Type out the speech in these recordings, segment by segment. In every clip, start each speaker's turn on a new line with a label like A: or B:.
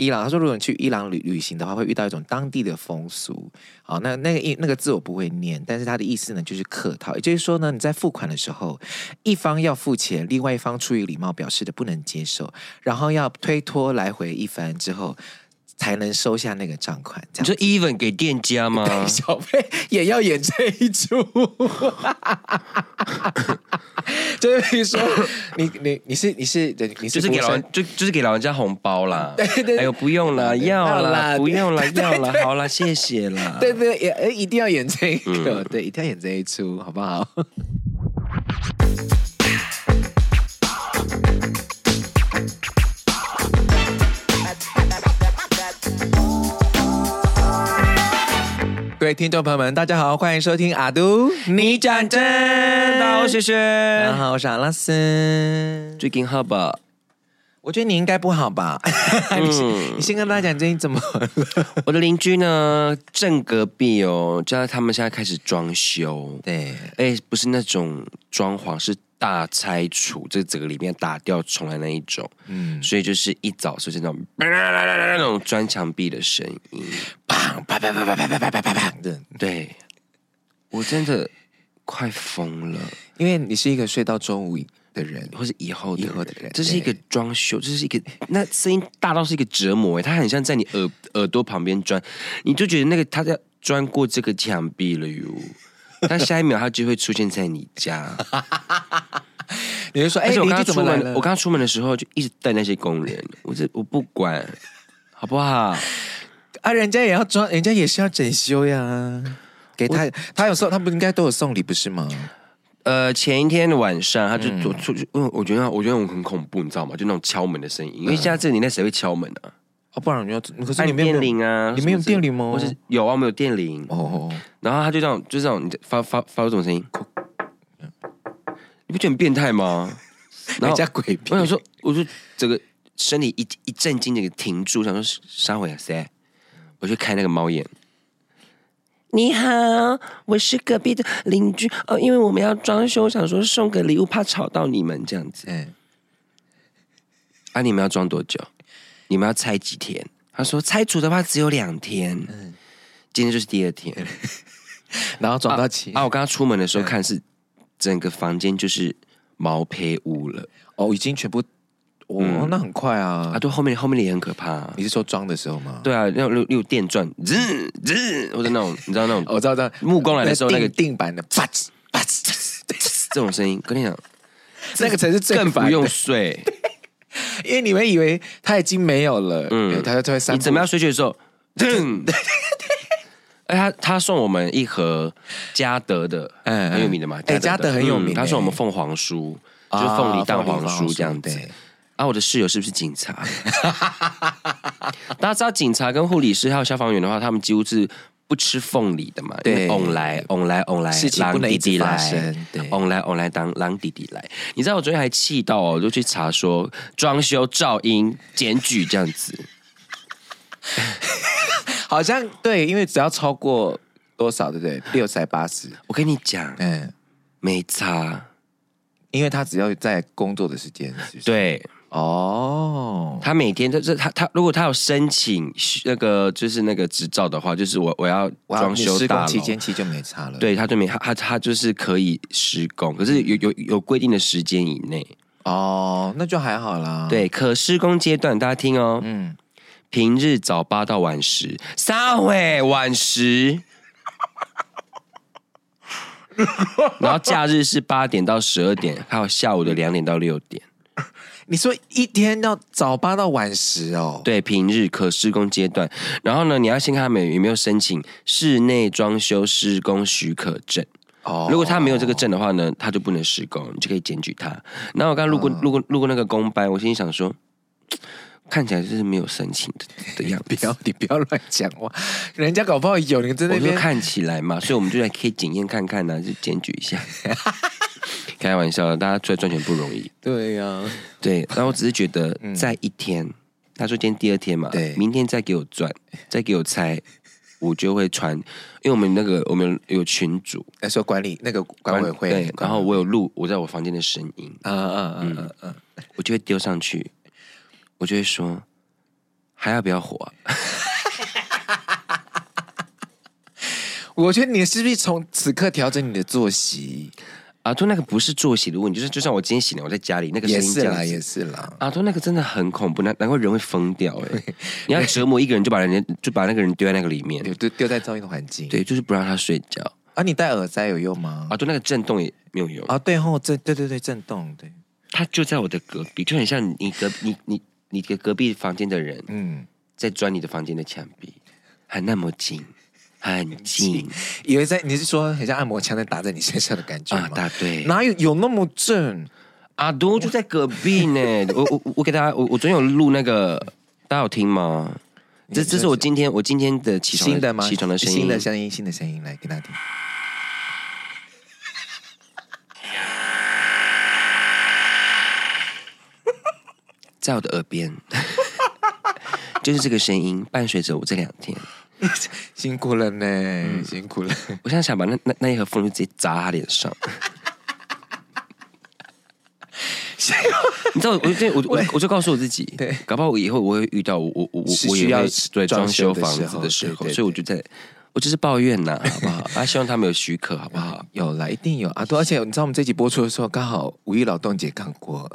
A: 伊朗，他说如果你去伊朗旅旅行的话，会遇到一种当地的风俗。好，那那个一那个字我不会念，但是它的意思呢就是客套，也就是说呢，你在付款的时候，一方要付钱，另外一方出于礼貌表示的不能接受，然后要推脱来回一番之后，才能收下那个账款。这
B: 你
A: 样
B: 说 even 给店家吗？
A: 小贝也要演这一出， 就是比如说，你你你是你是你
B: 就是是
A: 服务
B: 给老
A: 生
B: 人，就就是给老人家红包啦。
A: 对对对
B: 哎呦，不用啦，要
A: 要
B: 啦，
A: 啦
B: 不用啦，
A: 对对
B: 要啦
A: 对，
B: 好啦，谢谢啦。
A: 对对，也呃一定要演这一个，对，一定要演这一出，好不好？各位听众朋友们，大家好，欢迎收听阿都你讲真，啊
B: 大家好，谢
A: 大家
B: 谢。
A: 好，我是阿拉斯。
B: 最近好吧？
A: 我觉得你应该不好吧？你先你先跟大家讲，你最近怎么了？
B: 我的邻居呢，正隔壁哦，叫他们现在开始装修。
A: 对，
B: 哎，不是那种装潢，是大拆除，这整个里面打掉重来那一种。
A: 嗯，
B: 所以就是一早就是那种 那种砖墙壁的声音。
A: 砰啪啪啪啪啪啪啪啪啪，对。
B: 对，我真的快疯了，
A: 因为你是一个睡到中午的人，
B: 或是以后的
A: 以后的人
B: 这是一个装修，这是一个那声音大到是一个折磨哎，它很像在你耳耳朵旁边钻，你就觉得那个它在钻过这个墙壁了 哟。但下一秒它就会出现在你家，
A: 你就说：“哎、
B: 而且我
A: 邻居
B: 刚刚
A: 怎
B: 出
A: 么来
B: 门，
A: 了？”
B: 我刚刚出门的时候就一直瞪那些工人，我这我不管，好不好？
A: 啊，人家也要装，人家也是要整修呀。给他，他有时候他不应该都有送礼不是吗？
B: 呃，前一天的晚上，他就走出去，嗯，我觉得我觉得我很恐怖，你知道吗？就那种敲门的声音，
A: 嗯
B: 因为现在这里那谁会敲门啊？
A: 哦，不然你要，可是
B: 按
A: 你没有
B: 电铃啊，
A: 你没有
B: 什么之
A: 电铃吗
B: 或是有啊，我们有电铃。
A: 哦，
B: 然后他就这样，就这样，你发发发出这种声音，你不觉得很变态 吗？然
A: 人
B: 后
A: 家鬼
B: 我
A: 片
B: 想说，我就整个身体一一震惊，整个停住，想说杀回啊谁？我去开那个猫眼。你好，我是隔壁的邻居哦，因为我们要装修，想说送个礼物，怕吵到你们这样子。
A: 嗯，
B: 啊，你们要装多久？你们要拆几天？他说拆除的话只有两天，
A: 嗯
B: 今天就是第二天。
A: 然后转到起、
B: 啊，我刚刚出门的
A: 嗯
B: 时候看是整个房间就是毛坯屋了
A: 哦，已经全部，哦，那很快啊
B: 嗯啊，对，后面后面的也很可怕、啊
A: 你是说装的时候吗？
B: 对啊，那种六六电钻，日日或者那种你知道那
A: 哦，
B: 种
A: 我知道，知道，
B: 木工来的时候那个
A: 定定版的，啪哧 啪哧，
B: 这种声音，跟你讲，
A: 那个才 是最
B: 更
A: 烦
B: 不
A: 的
B: 用睡。
A: 因为你们以为他已经没有了，
B: 嗯
A: 嗯，他就会三
B: 你
A: 步
B: 怎么样睡去的 时候，噔。哎，他他送我们一盒嘉德的，
A: 嗯嗯
B: 很有名的嘛。
A: 哎嘉德
B: 的
A: 很有名
B: 嗯他送我们
A: 哎
B: 凤凰酥，就
A: 啊
B: 是凤梨蛋
A: 凤梨
B: 黄
A: 蛋黄
B: 酥
A: 酥
B: 这样子
A: 对。
B: 啊，我的室友是不是警察？ 大家知道警察跟护理师还有消防员的话，他们几乎是不吃凤梨的嘛。
A: 对
B: 因为翁来翁来翁来，
A: 事情不能一直发生
B: 狼弟弟来
A: 对
B: 翁来翁来当狼弟弟来。你知道我昨天还气到哦，我就去查说装修噪音检举这样子。
A: 好像对，因为只要超过多少，对不对？六才八十，
B: 我跟你讲，
A: 嗯，
B: 没差。
A: 因为他只要在工作的时间，是不是，
B: 对
A: 哦，
B: 他每天就是他他如果他有申请那个就是那个执照的话，就是我我要
A: 哇
B: 装修
A: 施工
B: 大楼
A: 期间期就没差了，，
B: 对他就没他他他就是可以施工，可是有有有规定的时间以内。
A: 哦，那就还好啦，，
B: 对，可施工阶段大家听哦，
A: 嗯，
B: 平日早八到晚十，三会 晚十。然后假日是八点到十二点，还有下午的两点到六点。
A: 你说一天要早八到晚十哦，，
B: 对，平日可施工阶段。然后呢，你要先看他们有没有申请室内装修施工许可证。
A: 哦
B: 如果他没有这个证的话呢，他就不能施工，你就可以检举他。然后我刚刚路
A: 嗯
B: 过、路过路过那个工班，我心里想说，看起来就是没有申请的的样
A: 不
B: 子。
A: 要你不要乱讲话，人家搞不好有，你在
B: 我
A: 那
B: 说
A: 边
B: 看起来嘛，所以我们就来可以检验看看呢、就检举一 下。开玩笑的，大家出来赚钱不容易。
A: 对呀、
B: 对，然后我只是觉得在一天，他说今天第二天嘛，
A: 嗯对
B: 明天再给我转，再给我猜，我就会传，因为我们那个我们有有群主
A: 那说管理那个管委会，
B: 对，
A: 管
B: 然后我有录我在我房间的声音，
A: 嗯嗯嗯嗯嗯，
B: 我就会丢上去，我就会说还要不要火啊、
A: 我觉得你是不是从此刻调整你的作息？
B: 阿啊托那个不是作息的问题，就是就像我今天醒来，我在家里那个声
A: 也
B: 音
A: 是
B: 这
A: 啦，
B: 样
A: 也
B: 子。
A: 是啦。
B: 阿托那个真的很恐怖，难难怪人会疯掉 哎、你要折磨一个人，就把人家就把那个人丢在那个里面，
A: 丢丢丢在噪音的环境。
B: 对，就是不让他睡觉。
A: 啊，你戴耳塞有用吗？
B: 阿托那个震动也没有用，
A: 啊，对吼，震对对对，震动，对，
B: 他就在我的隔壁，就很像你隔你你你的隔壁房间的人
A: 嗯，
B: 在钻你的房间的墙壁，还那么近，很近
A: 以为在你是说很像按摩枪在打在你身上的感觉
B: 啊！
A: 吗？
B: 答对，
A: 哪有有那么震？
B: 阿都就在隔壁 呢。我我我给大家，我我昨天有录那个，大家有听吗？这这是我今天我今天的起床
A: 新的吗？
B: 起床的声音。
A: 新的声音，新的声音，来给大家听。
B: 在我的耳边， 就是这个声音伴随着我这两天。
A: 辛苦了呢，辛苦 了。
B: 我现在想把那那那一盒风就直接砸他脸 上。你知道我，我对我我我就告诉我自己，
A: 对
B: 搞不好我以后我会遇到我我我
A: 是
B: 我
A: 需
B: 也
A: 要
B: 会对
A: 装
B: 装
A: 修
B: 修
A: 的
B: 房
A: 时
B: 子
A: 候
B: 的时候，
A: 对对
B: 所以我就在，我只是抱怨 呐、好不好？啊，希望他们有许可，好不好？
A: 有啦，一定有啊！对，而且你知道我们这集播出的时候，刚好五一劳动节刚过，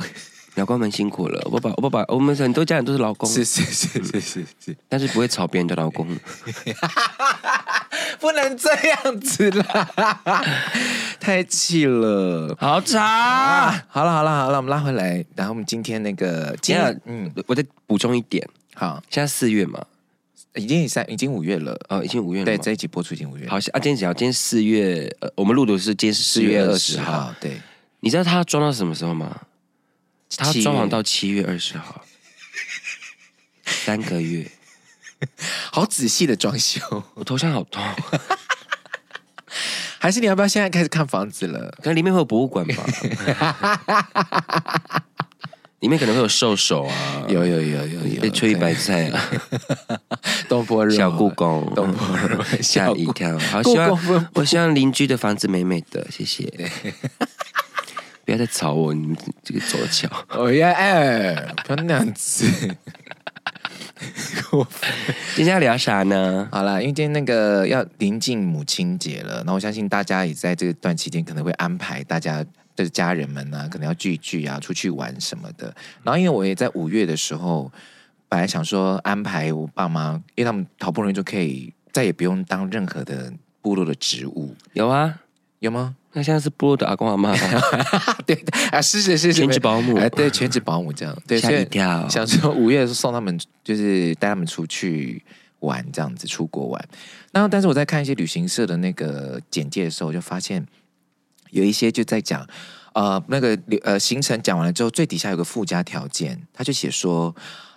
B: 老公们辛苦了，我爸爸我爸爸，我们很多家人都是老公，
A: 是是是是是是，
B: 但是不会吵别人的老公。
A: 不能这样子啦， 太气了。
B: 好吵！
A: 啊，好了好了好了，我们拉回来，然后我们今天那个，今
B: 今
A: 天
B: 天
A: 嗯，
B: 嗯，我再补充一点，
A: 好，
B: 现在四月嘛，
A: 已经三已经五月了，
B: 哦，已经五月了
A: 嗯对，
B: 嘛，
A: 这一集播出已经五月了，
B: 好，啊，今天几号？今天四月，呃，我们录的是今天是四月二十号。，
A: 对，
B: 你知道他装到什么时候吗？他
A: 七月
B: 装潢到七月二十号，三个月，
A: 好仔细的装修，
B: 我头上好痛。
A: 还是你要不要现在开始看房子了？
B: 可能里面会有博物馆吧，里面可能会有兽首啊，
A: 有有有有有
B: 被吹白菜啊，
A: 东坡肉
B: 小故，宫，
A: 东坡肉，
B: 吓
A: 小
B: 一
A: 故
B: 跳。好，
A: 故
B: 希望
A: 宫分
B: 我希望邻居的房子美美的，谢 谢。不要再吵我，你们这个走巧。
A: 哦耶，哎，不要那样子。
B: 今天要聊啥呢？
A: 好啦，因为今天那个要临近母亲节了，那我相信大家也在这段期间可能会安排大家的家人们啊，可能要聚一聚啊，出去玩什么的。然后因为我也在五月的时候，本来想说安排我爸妈，因为他们好不容易就可以再也不用当任何的部落的职务，
B: 有啊，
A: 有吗？
B: 那现在是部落的阿公阿 妈，
A: 对啊，是是是是，
B: 全职保姆
A: 哎，对，全职保姆这样，对，
B: 吓
A: 所以
B: 一跳。
A: 想说五月的时候送他们，就是带他们出去玩，这样子出国玩。那但是我在看一些旅行社的那个简介的时候，我就发现有一些就在讲，呃，那个旅呃行程讲完了之后，最底下有个附加条件，他就写说。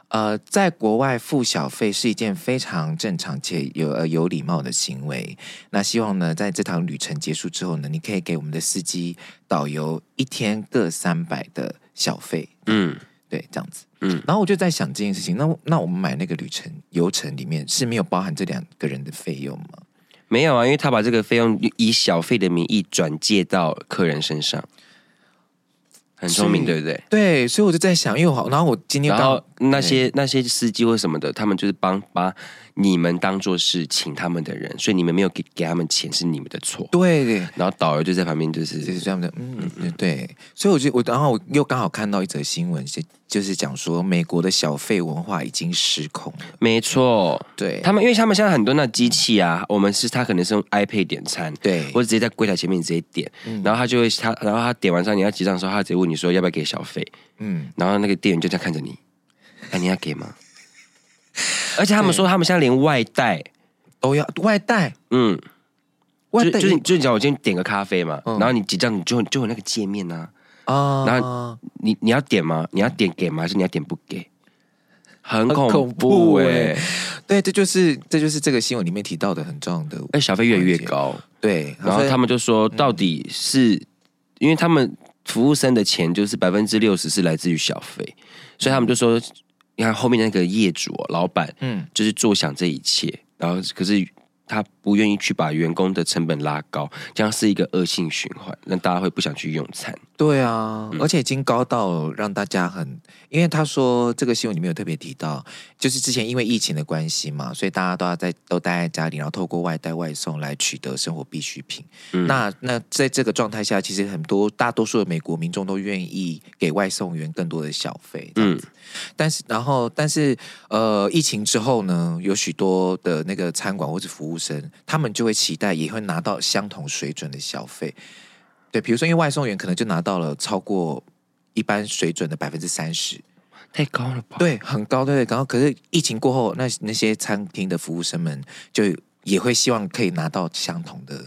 A: 呃，在国外付小费是一件非常正常且有呃有礼貌的行为。那希望呢，在这趟旅程结束之后呢，你可以给我们的司机、导游一天各三百的小费，
B: 嗯
A: 对，这样子。
B: 嗯，
A: 然后我就在想这件事情，那那我们买那个旅程游程里面是没有包含这两个人的费用吗？
B: 没有啊，因为他把这个费用以小费的名义转借到客人身上，很聪明，
A: 所
B: 对不对？
A: 对，所以我就在想，因为我好，然后我今天
B: 然
A: 刚
B: 后那些那些司机或什么的，他们就是帮把你们当做是请他们的人，所以你们没有给给他们钱是你们的错。
A: 对，
B: 然后导游就在旁边，就
A: 就是是这样的，嗯，对，所以我就我，然后我又刚好看到一则新闻，是就是讲说美国的小费文化已经失控了，
B: 没错，
A: 对，
B: 他们因为他们现在很多那机器啊，我们是他可能是用 iPad 点餐，
A: 对嗯
B: 或者直接在柜台前面你直接点，然后他就会他然后他点完之后你要结账的时候，他直接问你说要不要给小费，
A: 嗯，
B: 然后那个店员就在看着你，哎，你要给吗？ 而且他们说他们现在连外带，
A: 都要外带，
B: 嗯，
A: 外
B: 就
A: 带
B: 就是就是讲我今天点个咖啡嘛，
A: 嗯
B: 然后你结账你就就有那个界面呐、
A: 啊，
B: 然你你要点吗？你要点给吗？还是你要点不给？很恐
A: 恐
B: 怖
A: 怖
B: 哎、
A: 欸对，这就是这就是这个新闻里面提到的很重要的，
B: 哎，小费越来越高。
A: 对，
B: 然后他
A: 们
B: 们就说，到底是、因为他们服务生的钱就是百分之六十是来自于小费，所以他们就说，你看后面那个业主哦、老板
A: 嗯
B: 就是坐享这一切，然后可是他不愿意去把员工的成本拉高，这样是一个恶性循环，让大家会不想去用餐。
A: 对啊，而且已经高到让大家很，因为他说这个新闻里面有特别提到，就是之前因为疫情的关系嘛，所以大家都要在都待在家里，然后透过外带外送来取得生活必需品。那那在这个状态下，其实很多大多数的美国民众都愿意给外送员更多的小费。嗯，但是然后但是呃，疫情之后呢，有许多的那个餐馆或者服务生，他们就会期待也会拿到相同水准的小费。对，比如说因为外送员可能就拿到了超过一般水准的百分之三十，
B: 太高了吧？
A: 对，很高，对。然后可是疫情过后，那那些餐厅的服务生们就也会希望可以拿到相同的，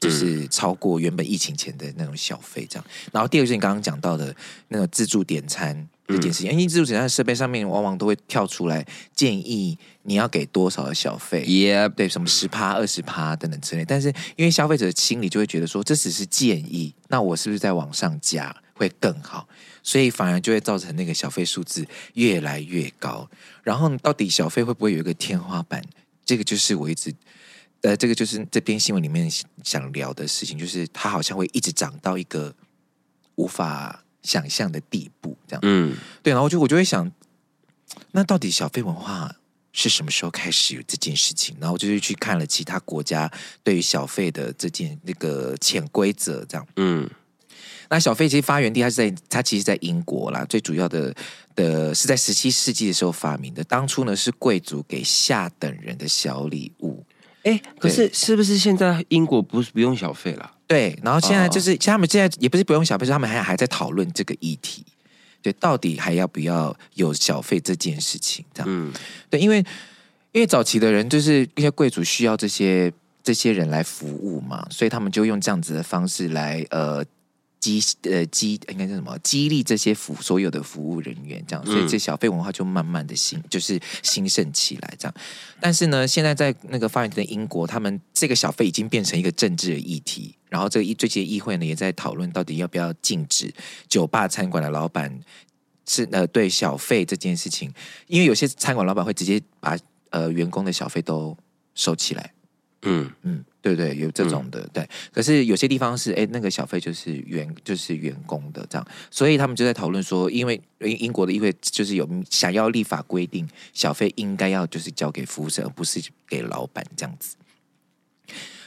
A: 就是超过原本疫情前的那种小费这样。然后第二个就是你刚刚讲到的那种自助点餐。这件事情，因为自助点餐设备上面往往都会跳出来建议你要给多少的小费，
B: 耶，
A: 对，什么十趴、二十趴等等之类。但是因为消费者的心里就会觉得说，这只是建议，那我是不是再往上加会更好？所以反而就会造成那个小费数字越来越高。然后到底小费会不会有一个天花板？这个就是我一直。呃，这个就是这篇新闻里面想聊的事情，就是它好像会一直涨到一个无法想象的地步，这样。
B: 嗯，
A: 对，然后就我就会想，那到底小费文化是什么时候开始有这件事情？然后我就是去看了其他国家对于小费的这件那个潜规则，这样。
B: 嗯，
A: 那小费其实发源地它是在它其实，在英国啦，最主要的的是在十七世纪的时候发明的。当初呢是贵族给下等人的小礼物。
B: 哎，可是是不是现在英国不是不用小费了？
A: 对，然后现在就是、他们现在也不是不用小费，是他们还还在讨论这个议题，对，到底还要不要有小费这件事情？这样，
B: 嗯
A: 对，因为因为早期的人就是一些贵族需要这些这些人来服务嘛，所以他们就用这样子的方式来呃激呃激应该叫什么激励这些服所有的服务人员这样，所以这小费文化就慢慢的兴就是兴盛起来这样。但是呢，现在在那个发源地的英国，他们这个小费已经变成一个政治的议题。然后这个议最近的议会呢，也在讨论到底要不要禁止酒吧、餐馆的老板是呃对小费这件事情，因为有些餐馆老板会直接把呃员工的小费都收起来，
B: 嗯，
A: 嗯，对对，有这种的，对。可是有些地方是，哎，那个小费就是员就是员工的这样，所以他们就在讨论说，因为英英国的议会就是有想要立法规定，小费应该要就是交给服务生，而不是给老板这样子。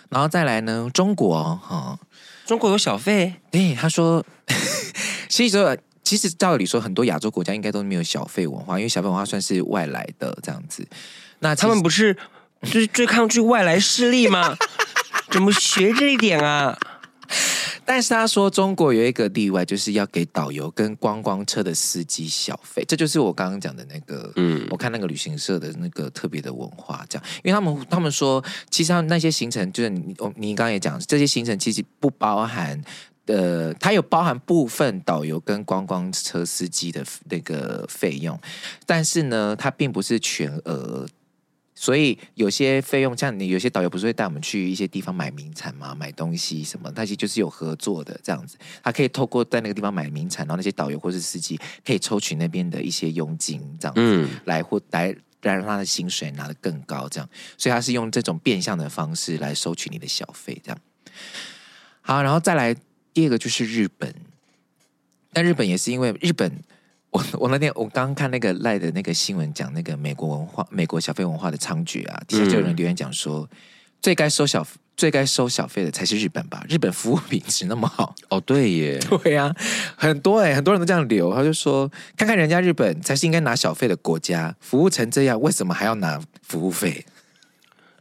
A: 然后再来呢，中国哈、
B: 中国有小费，
A: 对，他说， 其实其实照理说，很多亚洲国家应该都没有小费文化，因为小费文化算是外来的这样子。那其
B: 他
A: 实
B: 们不是就是最抗拒外来势力吗？ 怎么学这一点啊？
A: 但是他说中国有一个例外，就是要给导游跟观光车的司机小费，这就是我刚刚讲的那个，嗯，我看那个旅行社的那个特别的文化，这样，因为他们他们说，其实他们那些行程就是你我你刚刚也讲，这些行程其实不包含。呃，它有包含部分导游跟观光车司机的那个费用，但是呢，它并不是全额所以有些费用，像你有些导游不是会带我们去一些地方买名产嘛，买东西什么，那些就是有合作的这样子，他可以透过在那个地方买名产，然后那些导游或是司机可以抽取那边的一些佣金，这样子、
B: 嗯
A: 来或来来让他的薪水拿得更高，这样，所以他是用这种变相的方式来收取你的小费，这样。好，然后再来第二个就是日本，但日本也是因为日本，我我那天我刚刚看那个赖的那个新闻讲那个美国文化、美国小费文化的猖獗啊，底下就有人留言讲说，最该收小最该收小费的才是日本吧？日本服务品质那么好，
B: 哦，对耶，
A: 对呀、很多哎、很多人都这样留，他就说，看看人家日本才是应该拿小费的国家，服务成这样，为什么还要拿服务费？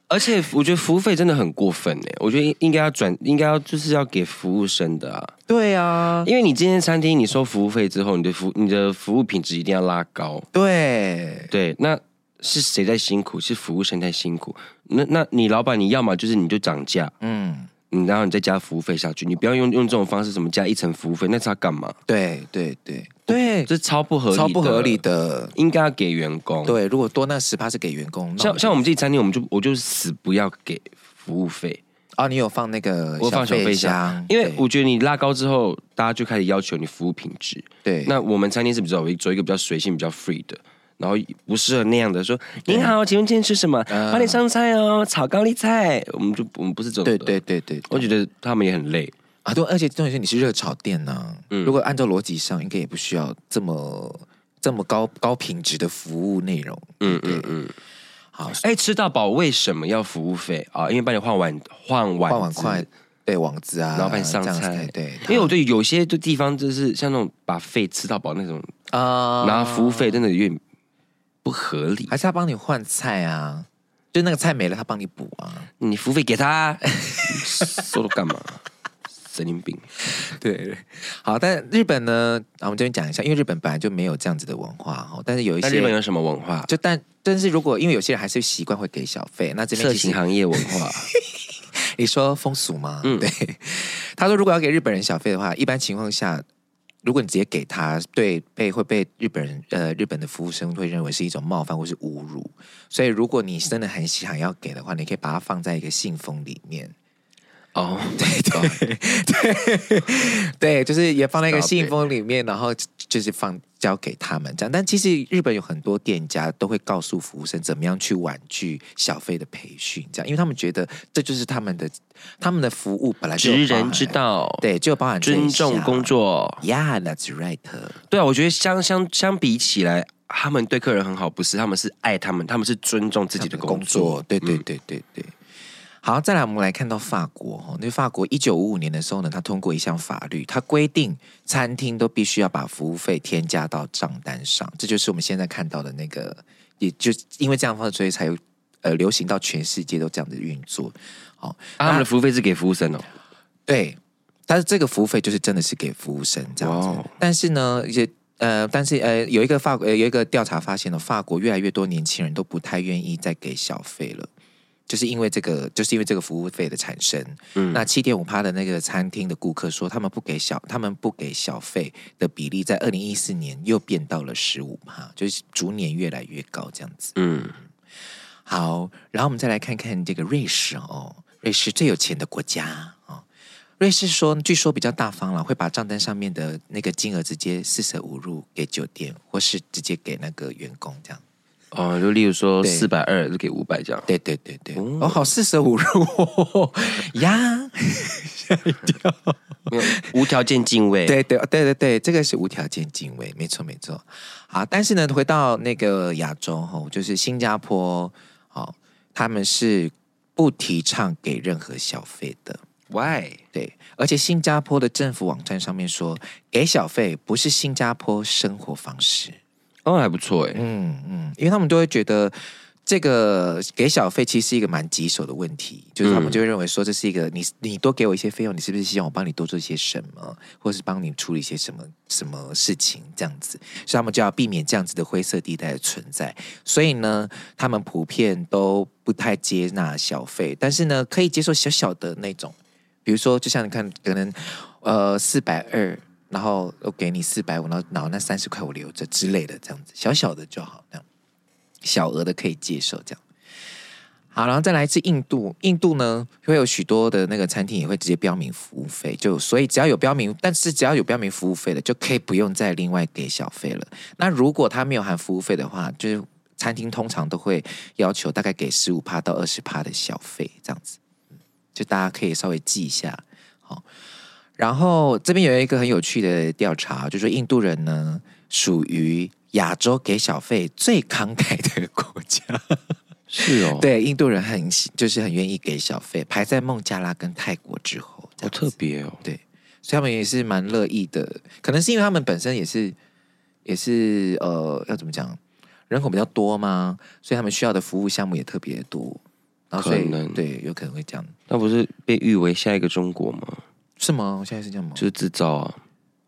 B: 而且我觉得服务费真的很过分哎，我觉得应应该要转，应该要就是要给服务生的啊，
A: 对啊，
B: 因为你今天餐厅你收服务费之后，你的服你的服务品质一定要拉高。
A: 对
B: 对，那是谁在辛苦？是服务生在辛苦。那那你老板，你要么就是你就涨价，
A: 嗯，
B: 你然后你再加服务费下去，你不要用用这种方式，什么加一层服务费，那是要干嘛？
A: 对对对对，
B: 这超不合理，
A: 超不合理，的。
B: 应该要给员工。
A: 对，如果多那十趴是给员工，那
B: 像像我们自己餐厅，我们就我就死不要给服务费，
A: 哦，你有放那个
B: 我放小
A: 费
B: 费箱，因为我觉得你拉高之后，大家就开始要求你服务品质。
A: 对对
B: 那我们餐厅是比较有一走一个比较随性、比较 free 的，然后不适合那样的说，您好，请问今天吃什么？
A: 嗯
B: 花莲上菜哦，炒高丽菜。我们就我们不是这种的，
A: 对对对对，
B: 我觉得他们也很累，
A: 啊，对，而且重点是你是热炒店呐、
B: 嗯
A: 如果按照逻辑上，应该也不需要这么这么高高品质的服务内容。
B: 嗯嗯嗯。
A: 好，
B: 哎，吃到饱为什么要服务费啊？因为帮你换碗换碗
A: 换碗
B: 子
A: 筷，对网子啊，
B: 然后帮你上
A: 这样子
B: 菜
A: 对，
B: 因为我对有些就地方就是像那种把费吃到饱那种，
A: 啊，
B: 拿服务费真的有点不合理。
A: 还是他帮你换菜啊，就那个菜没了，他帮你补啊。
B: 你服务费给 他，收了干嘛？神经病！
A: 对，好，但日本呢，啊，我们这边讲一下，因为日本本来就没有这样子的文化哈，但是有一
B: 那日本
A: 些啊
B: 有什么文化？
A: 就但但是如果因为有些人还是习惯会给小费，那这边
B: 色
A: 其实
B: 情行业文化，
A: 你说风俗吗？
B: 嗯
A: 对。他说，如果要给日本人小费的话，一般情况下，如果你直接给他，对被会被日本人呃日本的服务生会认为是一种冒犯或是侮辱。所以，如果你真的很想要给的话，你可以把它放在一个信封里面。
B: 哦，对
A: 对，就是也放在一个
B: Stop it
A: 信封里面，然后就就是放交给他们这样。但其实日本有很多店家都会告诉服务生怎么样去婉拒小费的培训，这样，因为他们觉得这就是他们的他们的服务本来就有
B: 职
A: 包
B: 人
A: 含
B: 之
A: 在
B: 道，
A: 对，就包含这一
B: 尊重
A: 项
B: 工。作。
A: Yeah, that's right.
B: 对啊，我觉得相相相比起来，他们对客人很好，不是他们是爱他们，他们是尊重自己的工作。，嗯
A: 对对对对对。好，再来我们来看到法国哈，那法国一九五五年的时候呢，它通过一项法律，它规定餐厅都必须要把服务费添加到账单上，这就是我们现在看到的那个，也就因为这样的方式，所以才有呃流行到全世界都这样的运作。哦好，
B: 啊他们的服务费是给服务生哦。
A: 对，但是这个服务费就是真的是给服务生这样子。
B: 哇哦
A: 但是呢，也呃，但是呃，有一个法国、呃、有一个调查发现呢，法国越来越多年轻人都不太愿意再给小费了。就是因为这个，就是因为这个服务费的产生，嗯，那七点五趴的那个餐厅的顾客说，他们不给小，他们不给小费的比例，在二零一四年又变到了十五趴，就是逐年越来越高这样子。
B: 嗯，
A: 好，然后我们再来看看这个瑞士哦，瑞士最有钱的国家哦。瑞士说，据说比较大方了，会把账单上面的那个金额直接四舍五入给酒店，或是直接给那个员工这样。
B: 哦，就例如说
A: 对
B: 四百二就给五百这样。
A: 对对对对，哦，好四舍五入哦呀，
B: 没有无条件敬畏。，
A: 对对对对对，这个是无条件敬畏，没错没错。好，但是呢，回到那个亚洲吼，就是新加坡，好、他们是不提倡给任何小费的。
B: ，Why？
A: 对，而且新加坡的政府网站上面说，给小费不是新加坡生活方式。
B: 哦，还不错哎。
A: 嗯嗯，因为他们都会觉得这个给小费其实是一个蛮棘手的问题，就是他们就会认为说这是一个你你多给我一些费用，你是不是希望我帮你多做些什么，或是帮你处理一些什么什么事情这样子，所以他们就要避免这样子的灰色地带的存在。所以呢，他们普遍都不太接纳小费，但是呢，可以接受小小的那种，比如说就像你看，可能呃四百二。然后我给你四百五，然后然后那三十块我留着之类的，这样子小小的就好，这样小额的可以接受这样。好，然后再来自印度，印度呢会有许多的那个餐厅也会直接标明服务费，就所以只要有标明，但是只要有标明服务费的，就可以不用再另外给小费了。那如果他没有含服务费的话，就是餐厅通常都会要求大概给十五趴到二十趴的小费这样子，就大家可以稍微记一下。好，然后这边有一个很有趣的调查，就说印度人呢属于亚洲给小费最慷慨的国家。
B: 是哦，，
A: 对，印度人很喜就是很愿意给小费，排在孟加拉跟泰国之后，这样
B: 好特
A: 子
B: 别哦。
A: 对，所以他们也是蛮乐意的。可能是因为他们本身也是也是呃，要怎么讲，人口比较多嘛，所以他们需要的服务项目也特别多，然后所以
B: 可能
A: 对，有可能会这样，
B: 那不是被誉为下一个中国吗？
A: 是吗？现在是这样吗？
B: 就是制造啊。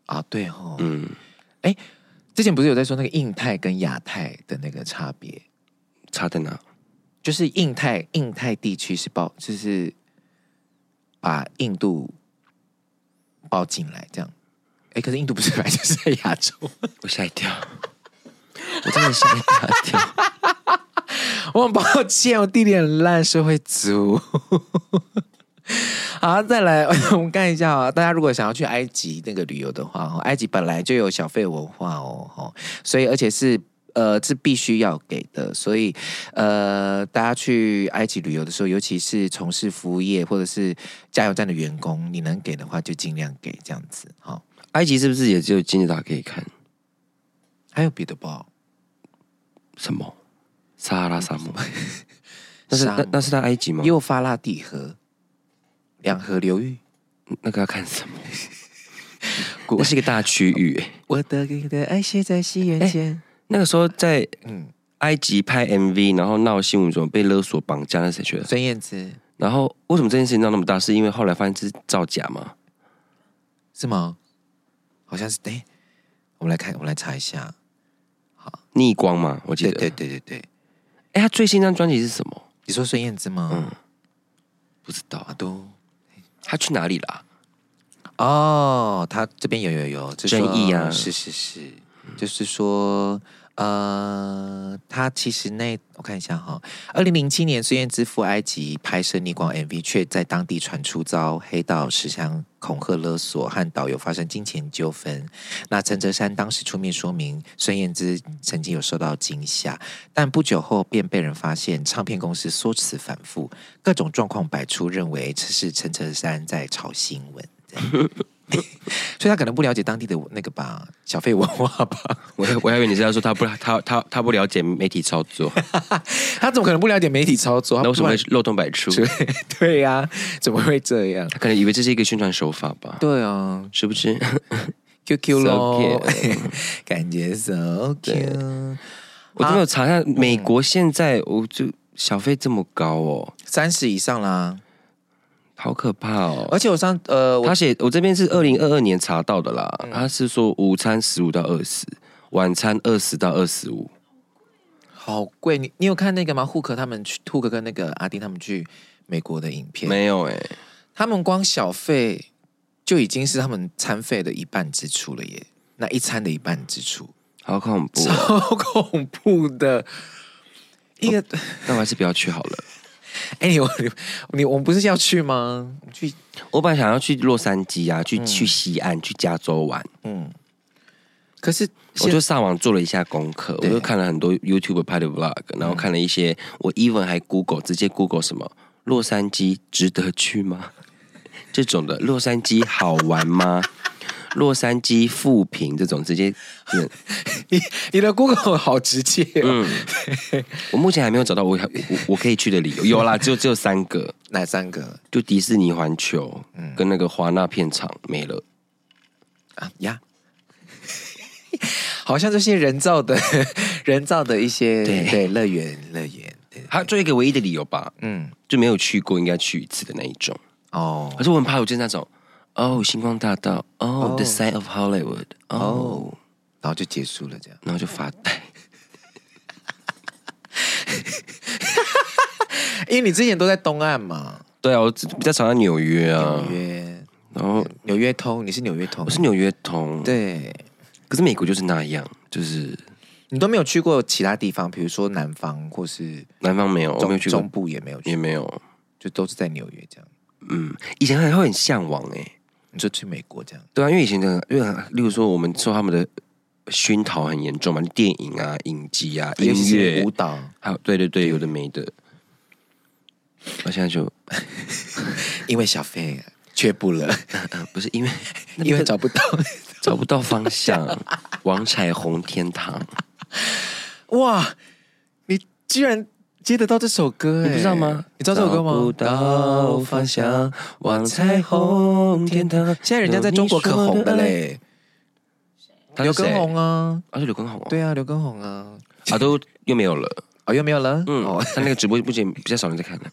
A: 啊，对哦，
B: 嗯，
A: 之前不是有在说那个印太跟亚太的那个差别，
B: 差在哪？
A: 就是印太印太地区是包，就是把印度包进来这样。哎，可是印度不是本来就是在亚洲？
B: 我吓一跳，我真的吓一大跳。
A: 我很抱歉，我地理很烂，社会族。 好，再来， 我们看一下啊，大家如果想要去埃及那个旅游的话，哦，埃及本来就有小费文化哦，哦，所以而且是。呃是必须要给的，所以呃大家去埃及旅游的时候，尤其是从事服务业或者是加油站的员工，你能给的话就尽量给这样子。好、
B: 埃及是不是也只有金字塔可以看？
A: 还有别的吧？
B: 什么？撒哈拉沙 漠？那是
A: 沙
B: 那
A: 漠
B: 那是在埃及吗？
A: 幼发拉底河两河流域，
B: 那个要看什么？
A: 古
B: 那是一个大区域、欸
A: 我的你的爱写在西元前。
B: 那个时候在
A: 嗯，
B: 埃及拍 MV，然后闹新闻，什么被勒索、绑架，那谁去的？
A: 孙燕姿
B: 然后为什么这件事情闹那么大？是因为后来发现这是造假吗？
A: 是吗？好像是对、我们来看，我们来查一下。
B: 逆光嘛，我记
A: 对
B: 得。
A: 对对对对，
B: 哎，他最新一张专辑是什么？
A: 你说孙燕姿吗？
B: 嗯，不知道
A: 啊，都
B: 他去哪里啦、
A: 哦，他这边有有有，就说
B: 争议啊
A: 是是是，就是说，呃，他其实那我看一下哈、二零零七年孙燕姿赴埃及拍摄逆光 MV，却在当地传出遭黑道十项恐吓勒索和导游发生金钱纠纷。那陈哲山当时出面说明，孙燕姿曾经有受到惊吓，但不久后便被人发现，唱片公司说辞反复，各种状况百出，认为这是陈哲山在炒新闻。这样所以他可能不了解当地的那个吧，小费文化吧，
B: 我我还以为你是要说他不他他他不了解媒体操作，
A: 他怎么可能不了解媒体操作？
B: 那
A: 他
B: 为什
A: 不
B: 么
A: 然
B: 会漏洞百 出？
A: 对呀、怎么会这样？
B: 他可能以为这是一个宣传手法吧？
A: 对啊
B: 是 不是？
A: ，QQ 咯
B: So，
A: 感觉 so Q，
B: 我
A: 啊
B: 都没有查一下，美国现在我就小费这么高哦，
A: 三十以上啦。
B: 好可怕哦！
A: 而且我上呃，我嗯
B: 他写我这边是二零二二年查到的啦，他是说午餐十五到二十，晚餐二十到二十五，
A: 好贵，你你有看那个吗？户可他们去，户可跟那个阿丁他们去美国的影片，
B: 没有哎、
A: 他们光小费就已经是他们餐费的一半支出了耶，那一餐的一半支 出，
B: 好恐怖、 哦！
A: 超恐怖的。一个，
B: 那我还是不要去好了。
A: 哎、你我你我们不是要去吗？我们去
B: 我本来想要去洛杉矶啊，去、去西岸、去加州玩，
A: 嗯，可是
B: 我
A: 现
B: 就上网做了一下功课，我
A: 对嗯
B: 就看了很多 YouTube 拍的 vlog，然后看了一些，我 even 还 Google 直接 Google 什么洛杉矶值得去吗？ 这种的洛杉矶好玩吗？ 洛杉矶富平这种直接，嗯
A: 你你的 Google 好直接、哦，
B: 我目前还没有找到我我我可以去的理由。有啦，只有只有三个，
A: 哪三个
B: 就迪士尼环球，
A: 嗯
B: 跟那个华纳片场没了。
A: 啊呀？ 好像这些人造的、 人造的一些
B: 对
A: 乐园、乐园，对，
B: 还有做一个唯一的理由吧，
A: 嗯，
B: 就没有去过，应该去一次的那一种。
A: 哦
B: 可，是我很怕，我就是那种哦，星光大道，哦、
A: 哦
B: t h e Sign of Hollywood，哦，
A: 然后就结束了这样。
B: 然后就发呆。
A: 因为你之前都在东岸嘛，
B: 对啊，我比较常在纽约啊
A: 纽，约，
B: 然后
A: 纽约通，嗯你是纽约通
B: 我，是纽约通，
A: 对，
B: 可是美国就是那样，就是
A: 你都没有去过其他地方，比如说南方或是
B: 南方没有，我没
A: 中
B: 有去过
A: 中，部哦也没有
B: 也
A: 去，
B: 没有，
A: 就都是在纽约这样。
B: 嗯，以前还会很向往哎、
A: 你就去美国这样，
B: 对啊，因为以前的，因为很例如说我们受他们的熏陶很严重嘛，电影啊、影集啊、
A: 尤其
B: 音
A: 是
B: 乐
A: 舞，蹈，
B: 还有对对对，有的没的。我现在就
A: 因为小费却步 了，
B: 呃不是因为
A: 因为找不 到。
B: 找不到方向， 王彩虹天堂，
A: 哇，你居然接得到这首歌、
B: 你
A: 哎
B: 不知道吗？
A: 你知道这首歌吗？
B: 找不到方向，王彩虹天堂。
A: 现在人家在中国可红的
B: 嗯
A: 嘞，
B: 有你
A: 刘
B: 说的
A: 畊
B: 爱，他是谁
A: 宏啊，
B: 啊，是刘畊宏哦，
A: 对啊，刘畊宏啊，
B: 啊，都又没有了。
A: 哦，又没有了，
B: 嗯
A: 哦，，
B: 他那个直播目前比较少人在看 了。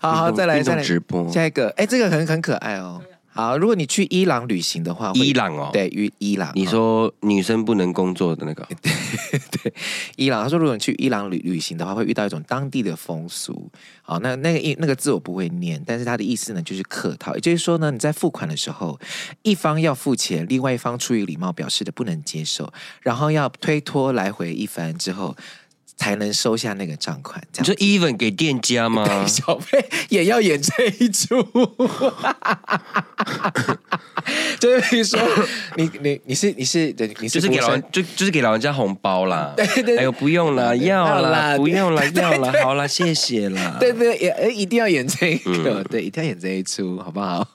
A: 好好，啊
B: 运动
A: 再来
B: 运动
A: 再来，
B: 直播
A: 下一个，哎，这个很很可爱哦。好，如果你去伊朗旅行的话，会
B: 伊朗哦，，
A: 对，伊伊朗，
B: 你
A: 哦
B: 说女生不能工作的那个，
A: 伊朗，他说如果你去伊朗旅旅行的话，会遇到一种当地的风俗。好，那那个意那个字我不会念，但是它的意思呢就是客套，也就是说呢，你在付款的时候，一方要付钱，另外一方出于礼貌表示的不能接受，然后要推脱来回一番之后，才能收下那个账款。这
B: 你
A: 样哎
B: 说 even 给店家吗？
A: 小费也要演这一出， 就是比如说，你你你是你是对你
B: 就是
A: 服务
B: 给老
A: 生
B: 人就就是给老人家红包啦。
A: 对对对
B: 哎呦，不用 啦，要
A: 要
B: 啦，
A: 啦
B: 不用啦，
A: 对对
B: 要啦，
A: 对
B: 好啦，谢谢啦。
A: 对对，也哎一定要演这
B: 嗯
A: 个，对，一定要演这一出，好不 好？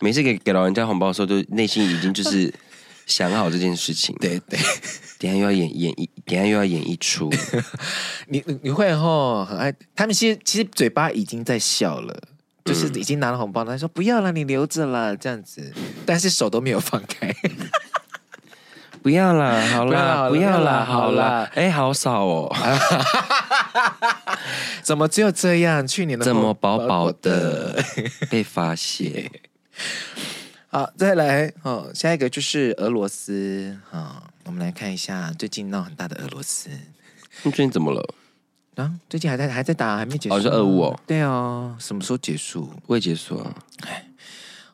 B: 每次给给老人家红包的时候，都内心已经就是 想好这件事情。
A: 对对，
B: 等一下又要演演一，等一下又要演一出。
A: 你你你会吼很爱，他们其实其实嘴巴已经在笑了。就是
B: 嗯
A: 已经拿了红包，他说不要了，你留着啦，这样 子，但是手都没有放开。
B: 不要啦，好啦，不
A: 不要啦
B: 要啦，
A: 好啦好
B: 好啦
A: 啦。
B: 哎，好少哦，
A: 怎么只有这样？去年的
B: 这么
A: 红包
B: 薄薄的被发现。
A: 好，再来哦，下一个就是俄罗斯啊、我们来看一下最近闹很大的俄罗斯
B: 你最近怎么了？
A: 啊，最近还在还在打，还没结束。
B: 哦是俄乌哦
A: 对哦，什么时候结束？
B: 未解锁啊。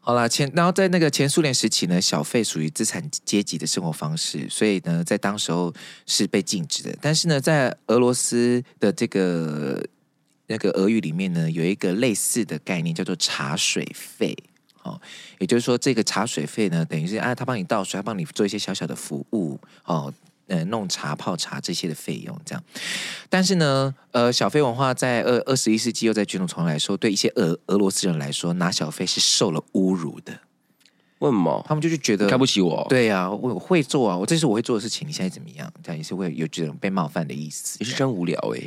A: 好啦，前然后在那个前苏联时期呢，小费属于资产阶级的生活方式，所以呢，在当时候是被禁止的。但是呢，在俄罗斯的这个那个俄语里面呢，有一个类似的概念叫做茶水费。哦，也就是说，这个茶水费呢，等于是啊，他帮你倒水，他帮你做一些小小的服务哦，呃，弄茶、泡茶这些的费用这样。但是呢，呃，小费文化在二二十一世纪又在卷土重来说，对一些俄俄罗斯人来说，拿小费是受了侮辱的，
B: 问毛？
A: 他们就是觉得
B: 看不起我？，
A: 对呀、啊，我我会做啊，我这是我会做的事情，你现在怎么样？这样也是会有这种被冒犯的意思
B: 你。是真无聊哎，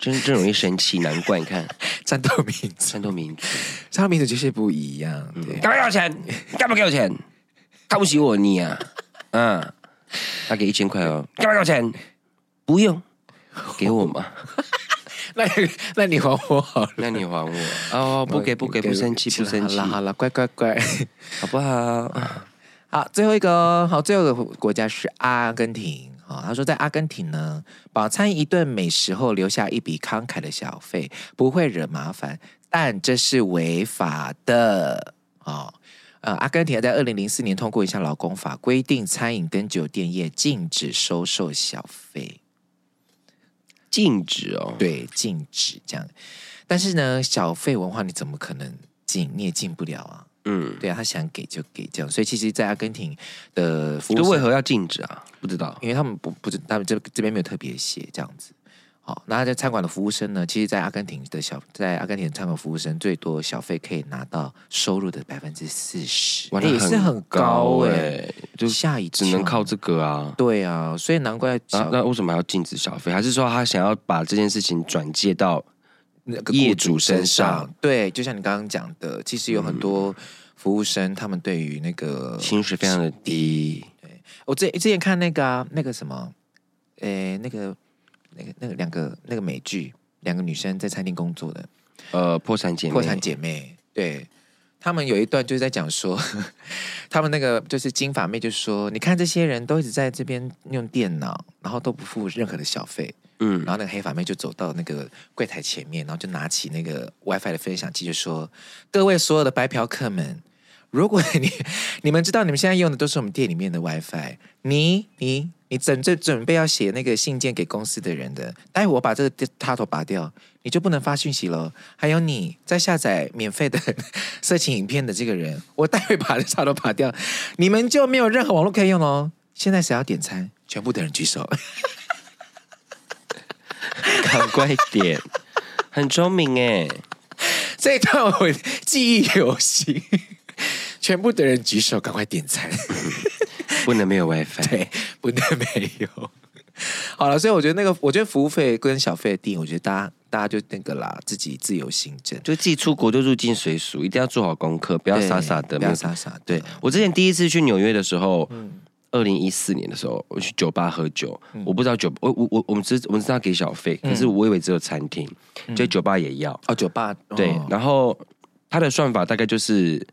B: 真真容易生气，难怪你看
A: 战斗民族，
B: 战斗民族。
A: 战斗民族就是不一样，对。
B: 干嘛要钱？你干嘛给我钱？看不起我你 啊？嗯，他给一千块哦。干嘛要钱？不用，给我嘛。
A: 那你那你还我好了，
B: 那你还我哦，不给不给，不生气不生气
A: 好，了好了，乖乖乖。
B: 好不好？
A: 好，最后一个哦好，最后一个国家是阿根廷。好、他说在阿根廷呢，饱餐一顿美食后留下一笔慷慨的小费，不会惹麻烦，但这是违法的。哦，呃，阿根廷在二零零四年通过一项劳工法，规定餐饮跟酒店业禁止收受小费。
B: 禁止哦。
A: 对，禁止这样。但是呢，小费文化你怎么可能禁？你也禁不了啊。
B: 嗯，
A: 对啊，他想给就给这样。所以其实，在阿根廷的服务
B: 就
A: 生
B: 为何要禁止啊？不知道。
A: 因为他们不不知，他们这这边没有特别写这样子。好，那在餐馆的服务生呢，其实，在阿根廷的小，在阿根廷的餐馆服务生最多小费可以拿到收入的百分之四十，
B: 哇
A: 欸也是很高哎、
B: 欸就
A: 吓一跳
B: 只能靠这个啊。
A: 对啊，所以难怪
B: 那
A: 小、
B: 那为什么还要禁止小费？还是说他想要把这件事情转借到
A: 那个
B: 业
A: 雇
B: 主身上？，
A: 对，就像你刚刚讲的，其实有很多服务生，他们对于那个
B: 薪水非常的低，
A: 我之前之前看那个啊，那个什么，诶，那个那个那个两个那个美剧，两个女生在餐厅工作的
B: 呃，破产姐妹，
A: 破产姐妹，对。他们有一段就是在讲说， 他们那个就是金发妹就说，你看这些人都一直在这边用电脑，然后都不付任何的小费，
B: 嗯
A: 然，后那个黑发妹就走到那个柜台前面，然后就拿起那个 WiFi 的分享器，就说：“各位所有的白嫖客们，如果你你们知道你们现在用的都是我们店里面的 WiFi，你你你准备准备要写那个信件给公司的人的，待会我把这个插头拔掉，你就不能发讯息了。还有你在下载免费的 色情影片的这个人，我待会把这插头拔掉，你们就没有任何网络可以用喽。现在谁要点餐？全部的人举手。”
B: 赶快 点，很聪明哎，
A: 这一段我记忆犹新， 全部的人举手，赶快点餐。
B: 不能没有 WiFi。
A: 对，不能没有。 好了，所以我觉得那个，我觉得服务费跟小费的定义，我觉得大家大家就那个啦，自己自由行政，
B: 就自己出国就入境随俗，一定要做好功课，不
A: 不
B: 要傻傻的。
A: 不
B: 没有
A: 要傻嗯傻的。
B: 对我之前第一次去纽约的时候，二零一四年的时候，我去酒吧喝酒，
A: 嗯
B: 我不知道酒，我我我我们知我们知道给小费，可是我以为只有餐厅，就酒吧也要。
A: 哦，酒吧
B: 对，
A: 嗯哦
B: 然后它的算法大概就是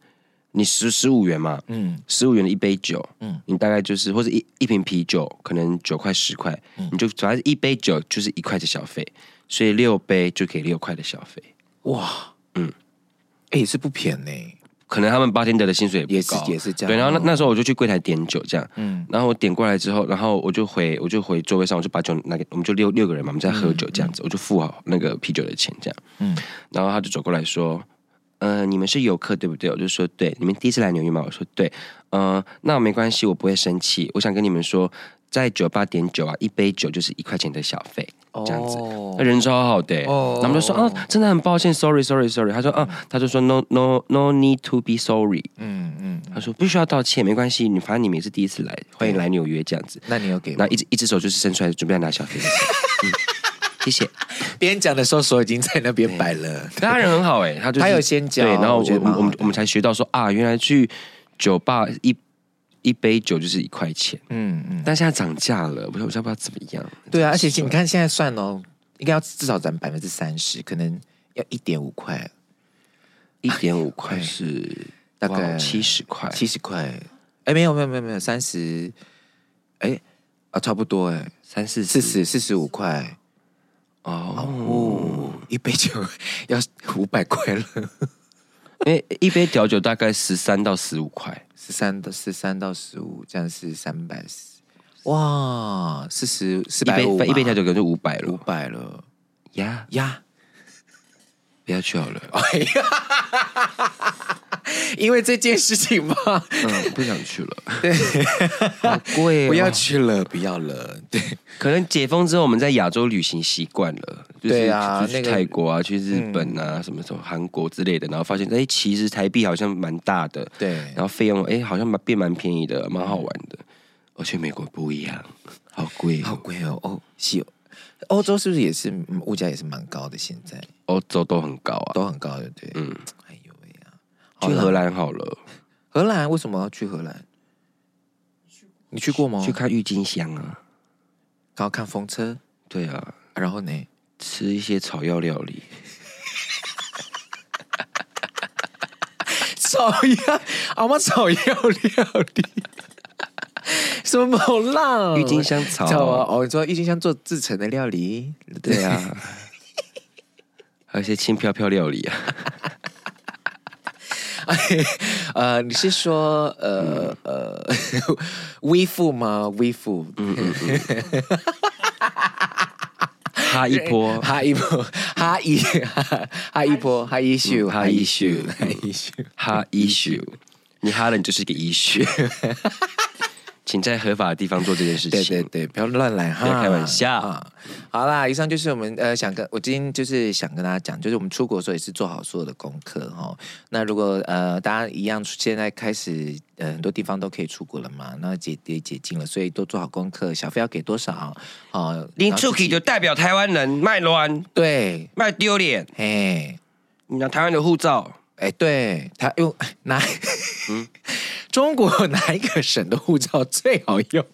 B: 你十十五元嘛，
A: 嗯
B: 十五元的一杯酒，嗯
A: 嗯，
B: 你大概就是或者一一瓶啤酒，可能九块十块，
A: 嗯
B: 你就反正一杯酒就是一块的小费，所以六杯就给六块的小费。
A: 哇，
B: 嗯
A: 嗯，哎，也是不便宜呢，
B: 可能他们八天的薪水也不
A: 也是
B: 高
A: 也是这样
B: 对，然后
A: 哦
B: 那那时候我就去柜台点酒，这样，
A: 嗯
B: 然后我点过来之后，然后我就回我就回座位上，我就把酒拿给我们就六六个人嘛，我们在喝酒这样子，我就付好那个啤酒的钱这样，
A: 嗯
B: 然后他就走过来说：“呃，你们是游客对不对？我就说对。你们第一次来纽约吗？我说对。呃，那没关系，我不会生气。我想跟你们说，在酒吧点酒啊，一杯酒就是一块钱的小费，这样子。
A: 哦
B: 那人超好的、欸，
A: 哦
B: 然后我们就说啊，真的很抱歉，sorry sorry sorry。他说啊，他就说 no no no need to be sorry。
A: 嗯嗯，
B: 他说不需要道歉，没关系，你反正你们也是第一次来，欢迎来纽约这样子。
A: 那你有给吗
B: 然后？一只一只手就是伸出来，准备要拿小费的时候。嗯，谢谢。
A: 边讲的时候手已经在那边摆了。
B: 但他人很好哎、他就是
A: 他有先教
B: 对，然后
A: 我
B: 我
A: 觉得蛮
B: 我
A: 好
B: 我们
A: 的
B: 我们才学到说啊，原来去酒吧一一杯酒就是一块钱，
A: 嗯嗯，
B: 但现在涨价了，我不知道我不知道怎么样。
A: 对啊，而且你看现在算哦，应该要至少涨百分之三十，可能要一点五块，
B: 一点五块是
A: 大概
B: 七十块，
A: 七十块。哎，没有没有没有没有三十，哎啊，差不多哎，
B: 三四
A: 四十四十五块
B: 哦。
A: 哦，一杯酒要五百块了，
B: 因为一杯调酒大概十三到十五块，
A: 十三到十三到十五，这样是三百四，哇，四十四
B: 一
A: 百
B: 杯
A: 五，
B: 一杯调
A: 酒
B: 酒可能就五百
A: 五
B: 了
A: 百了
B: 呀
A: 呀。
B: 不要去好了，
A: 因为这件事情嘛，
B: 嗯， 不想去了，好贵、哦，
A: 不要去了，不要了，对。
B: 可能解封之后，我们在亚洲旅行习惯了，就是
A: 对啊
B: 去去
A: 那个嗯
B: 泰国啊，去日本啊，什么什么韩国之类的，然后发现哎、诶其实台币好像蛮大的，
A: 对嗯
B: 然后费用哎、诶好像蛮变蛮便宜的，蛮好玩的。而且美国不一样，好贵、
A: 好
B: 哦，
A: 贵哦，欧西欧洲是不是也是嗯物价也是蛮高的？现在
B: 欧洲都很高啊。
A: 都很高，对不对？嗯，哎呦喂呀、好
B: 去
A: 啦
B: 荷兰好了，
A: 荷兰为什么要去荷兰？你去过吗？
B: 去看郁金香啊，
A: 然后看风车，
B: 对啊，
A: 啊然后 呢？
B: 吃一些草药料理，
A: 草药，阿妈草药料理，什么好辣？
B: 郁金香草
A: 哦草啊！哦，你说郁金香做制成的料理，
B: 对啊，还有一些轻飘飘料理啊，
A: 呃，你是说呃、呃， 微富吗？微富，
B: 哈一 波，
A: 哈一波，哈一 哈哈一波，哈一秀，
B: 嗯哈一秀
A: 哈一秀。
B: 哈 issue，你哈了你就是一个 issue，请在合法的地方做这件事情。
A: 对对对，不要乱来哈！
B: 不要开玩笑
A: 啊！好啦，以上就是我们呃想跟我今天就是想跟大家讲，就是我们出国的时候也是做好所有的功课哈、哦。那如果呃大家一样，现在开始呃很多地方都可以出国了嘛，那解也解禁了，所以都做好功课，小费要给多少啊？哦
B: 你
A: 然后
B: 出去就代表台湾人，卖乱
A: 对，
B: 卖丢脸，
A: 嘿，
B: 你拿台湾的护照，
A: 哎，对他用 哪？
B: 嗯
A: 中国哪一个省的护照最好用？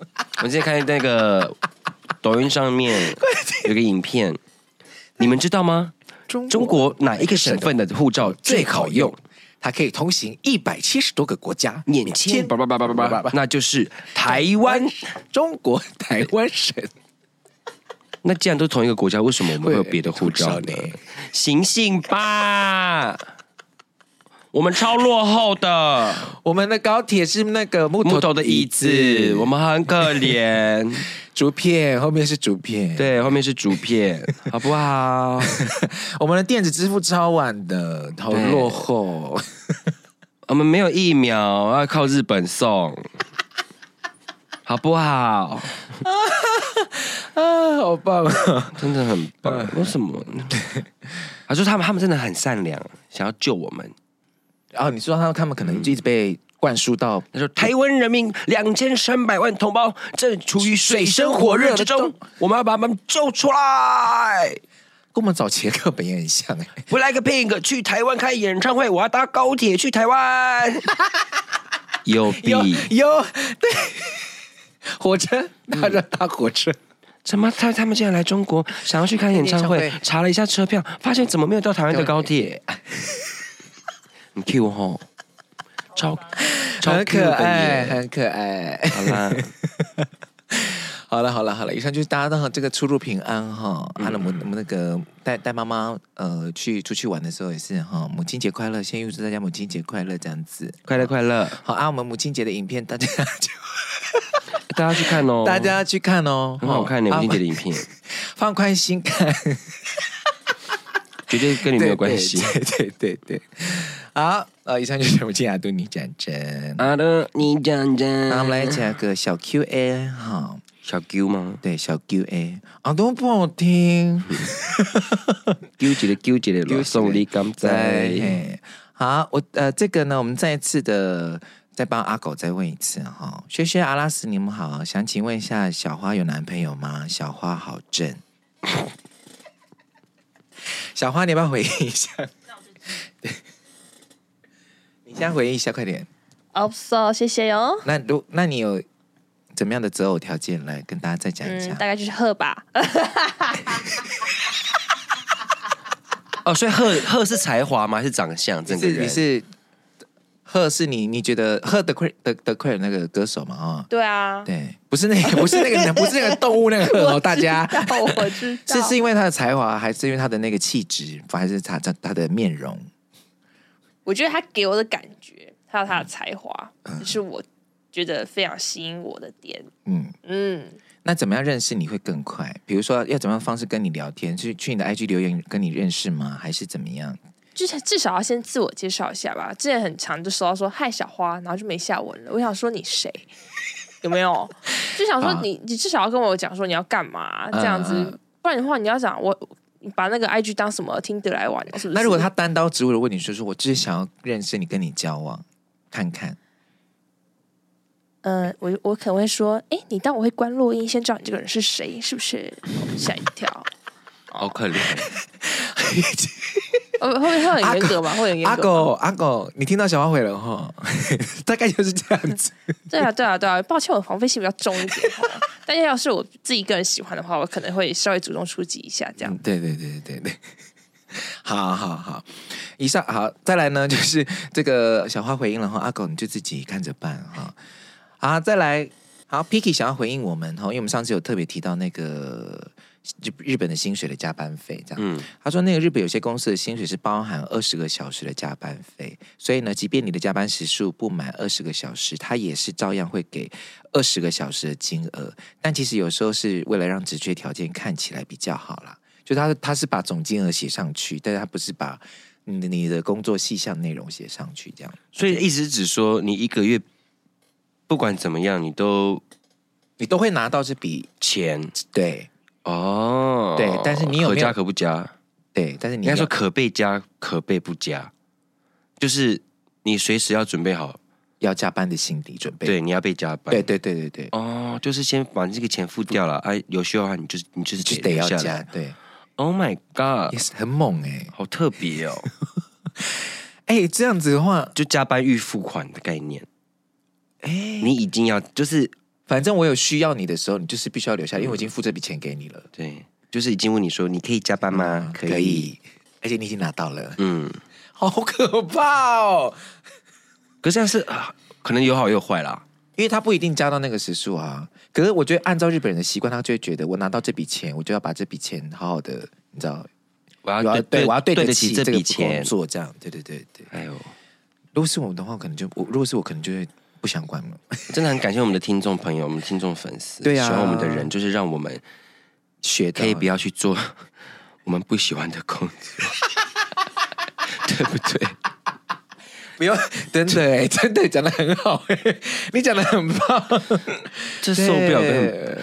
B: 我之前看那个抖音 上面有个影片，你们知道吗？
A: 中
B: 中国哪一个省份的护照最好用？，
A: 它可以通行一百七十多个国家。
B: 免签，叭叭叭叭叭叭，那就是台湾。
A: 中国台湾省，
B: 那既然都同一个国家，为什么我们会有
A: 会
B: 别的护照
A: 护
B: 呢
A: 照呢？
B: 醒醒吧，我们超落后的，
A: 我们的高铁是那个木头
B: 木头的椅子，我们很可 怜。
A: 竹片后面是竹片。，
B: 对，后面是竹片，好不好？
A: 我们的电子支付超晚的，好
B: 对
A: 落后。
B: 我们没有疫苗，要靠日本送，好不好？
A: 啊，好棒啊！
B: 真的很棒， 为什么？他说他们他们真的很善良，想要救我们。
A: 然哦后你说他他们可能就一直被灌输到
B: 他说：“台湾人民两千三百万同胞正处于水深火热之中，我们要把他们救出来。
A: 跟我们早期的课本也很像哎。
B: ”Blackpink 去台湾开演唱会，我要搭高铁去台湾。 有
A: 有
B: 病？
A: 有对， 火车，大家搭火车。
B: 怎么他他们竟然来中国，想要去看演唱
A: 演
B: 会
A: 唱会？
B: 查了一下车票，发现怎么没有到台湾的高 铁？很 Q 吼，超超 Q
A: 很可
B: 的
A: 爱，
B: 耶！
A: 很可爱。
B: 好
A: 好了，
B: 啦，
A: 好了，好了，以上就是大家当这个出入平安哈。
B: 嗯
A: 啊，那我们我们那个带带妈妈呃去出去玩的时候也是哈，母亲节快乐，先预祝大家母亲节快乐这样子。
B: 快乐快乐，
A: 好啊，我们母亲节的影片大家 就、
B: 大家去看哦，
A: 大家要去看哦，
B: 很好看的
A: 哦
B: 母亲节的影片，
A: 放宽心看，
B: 绝对跟你没有关系。
A: 对对对对对好，呃，以上就是我们今天的对你战争。
B: 阿的，你讲讲，
A: 那我们来讲个小 Q&A 哈，
B: 小 Q 吗？
A: 对，小 Q&A 啊，都不好听。
B: Q 级的 Q 级的
A: 一个
B: 罗送你刚在，
A: 嘿好，我呃，这个呢，我们再一次的再帮阿狗再问一次哈、轩轩阿拉斯，你们好，想请问一下，小花有男朋友吗？小花好正。 小花，你要不要回应一下？对，你先回应一下，快点。
C: 哦，so 谢谢哟。
A: 那如那你有怎么样的择偶条件来跟大家再讲一
C: 嗯
A: 下？，
C: 大概就是鹤吧。呃
B: 哦，所以贺贺是才华吗？还是长相？整
A: 你
B: 个
A: 是
B: 人
A: 你是赫是你你觉得赫德奎德德奎尔那个歌手嘛？啊、
C: 对啊，
A: 对，不是那个，不是那个， 不是那个动物那个哦，大家
C: 知道我知道，
A: 是是因为他的才华，还是因为他的那个气质，还是他他他的面容？
C: 我觉得他给我的感觉，还有他的才华，就是我觉得非常吸引我的点。
A: 嗯，
C: 嗯，
A: 那怎么样认识你会更快？比如说要怎么样方式跟你聊天？去去你的 IG 留言跟你认识吗？还是怎么样？
C: 就是至少要先自我介绍一下吧。之前很长就收到说“哎嗨，小花”，然后就没下文了。我想说你谁？有 没有？就想说
A: 啊
C: 你，你至少要跟我讲说你要干嘛这样子，
A: 嗯嗯
C: 不然的话你要讲我，你把那个 IG 当什么听得来玩，是不是？
A: 那如果他单刀直入的问你说说，我只是想要认识你，跟你交往看看，
C: 嗯，我我可能会说，哎，你当我会关录音，先知道你这个人是谁，是不是？吓一跳。
B: 好可怜，
C: 呃，会会很严格吗？会很严
A: 阿
C: 格吗。
A: 狗阿狗，你听到小花回了哈， 大概就是这样子。
C: 对啊，对啊，对啊。抱歉，我防备心比较重一点哈。 但要是我自己个人喜欢的话，我可能会稍微主动出击一下，这样
A: 嗯。对对对对 对，好好好，以上好，再来呢就是这个小花回应了哈，阿狗你就自己看着办哈。好，再来，好，Piki 想要回应我们哈，因为我们上次有特别提到那个日日本的薪水的加班费这样，
B: 嗯，
A: 他说那个日本有些公司的薪水是包含二十个小时的加班费，所以呢，即便你的加班时数不满二十个小时，他也是照样会给二十个小时的金额。但其实有时候是为了让职缺条件看起来比较好啦，就他他是把总金额写上去，但是他不是把你的你的工作细项内容写上去这样。
B: 所以意思是指说你一个月不管怎么样，你都
A: 你都会拿到这笔
B: 钱
A: 对
B: 哦。
A: 对但是你有
B: 可
A: 没有
B: 加可不加？
A: 对，但是你
B: 应该说
A: 要
B: 可被加可被不加，就是你随时要准备好，
A: 要加班的心理准备，
B: 对，你要被加班。
A: 对对对对对，
B: 哦，就是先把你这个钱付掉了，哎、有需要的话你就是你就是
A: 就是得哦要
B: 留下来
A: 加，。对，
B: Oh my
A: 也
B: god，
A: 是很猛哎、
B: 好特别哦，
A: 哎、这样子的话，
B: 就加班预付款的概 念，
A: 哎、
B: 你已经要就是
A: 反正我有需要你的时候，你就是必须要留下
B: 嗯
A: 来，因为我已经付这笔钱给你了。
B: 对，就是已经问你说你可以加班
A: 嗯
B: 吗？啊可以，
A: 而且你已经拿到了，
B: 嗯，
A: 好可怕哦！
B: 可是这样是、啊可能有好有坏啦。
A: 因为他不一定加到那个时数啊。可是我觉得按照日本人的习惯，他就会觉得我拿到这笔钱，我就要把这笔钱好好的，你知道，
B: 我
A: 我
B: 要
A: 要对我要对
B: 啊对
A: 得
B: 起
A: 这
B: 这
A: 个
B: 笔
A: 工
B: 钱。
A: 作，这样，对对对对。
B: 哎呦，
A: 如果是我的话，可能就我如果是我，可能就会不想管了。
B: 真的很感谢我们的听众朋友，我们听众粉丝，
A: 对啊啊
B: 喜欢我们的人，就是让我们
A: 学到
B: 可以不要去做 我们不喜欢的工作，对不对？
A: 不要， 真的哎、真的讲的很好哎、你讲的很棒，
B: 这受不了跟
A: 对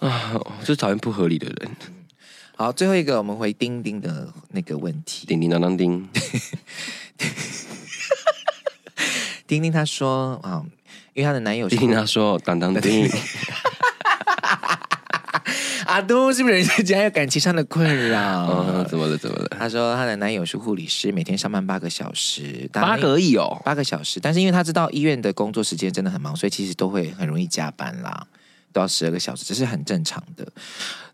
B: 啊，我就讨厌不合理的 人，
A: 好，最后一个我们回丁丁的那个问题。
B: 叮叮当当叮。
A: 丁丁他说啊、因为她的男友是
B: 听他说当当 叮，
A: 阿都，是不是人家有感情上的困
B: 啊，
A: 扰？
B: 怎么了？怎么了？
A: 她说她的男友是护理师，每天上班八个小时，
B: 八个而已哦。
A: 八个小时，但是因为她知道医院的工作时间真的很忙，所以其实都会很容易加班啦，都要十二个小时，这是很正常的。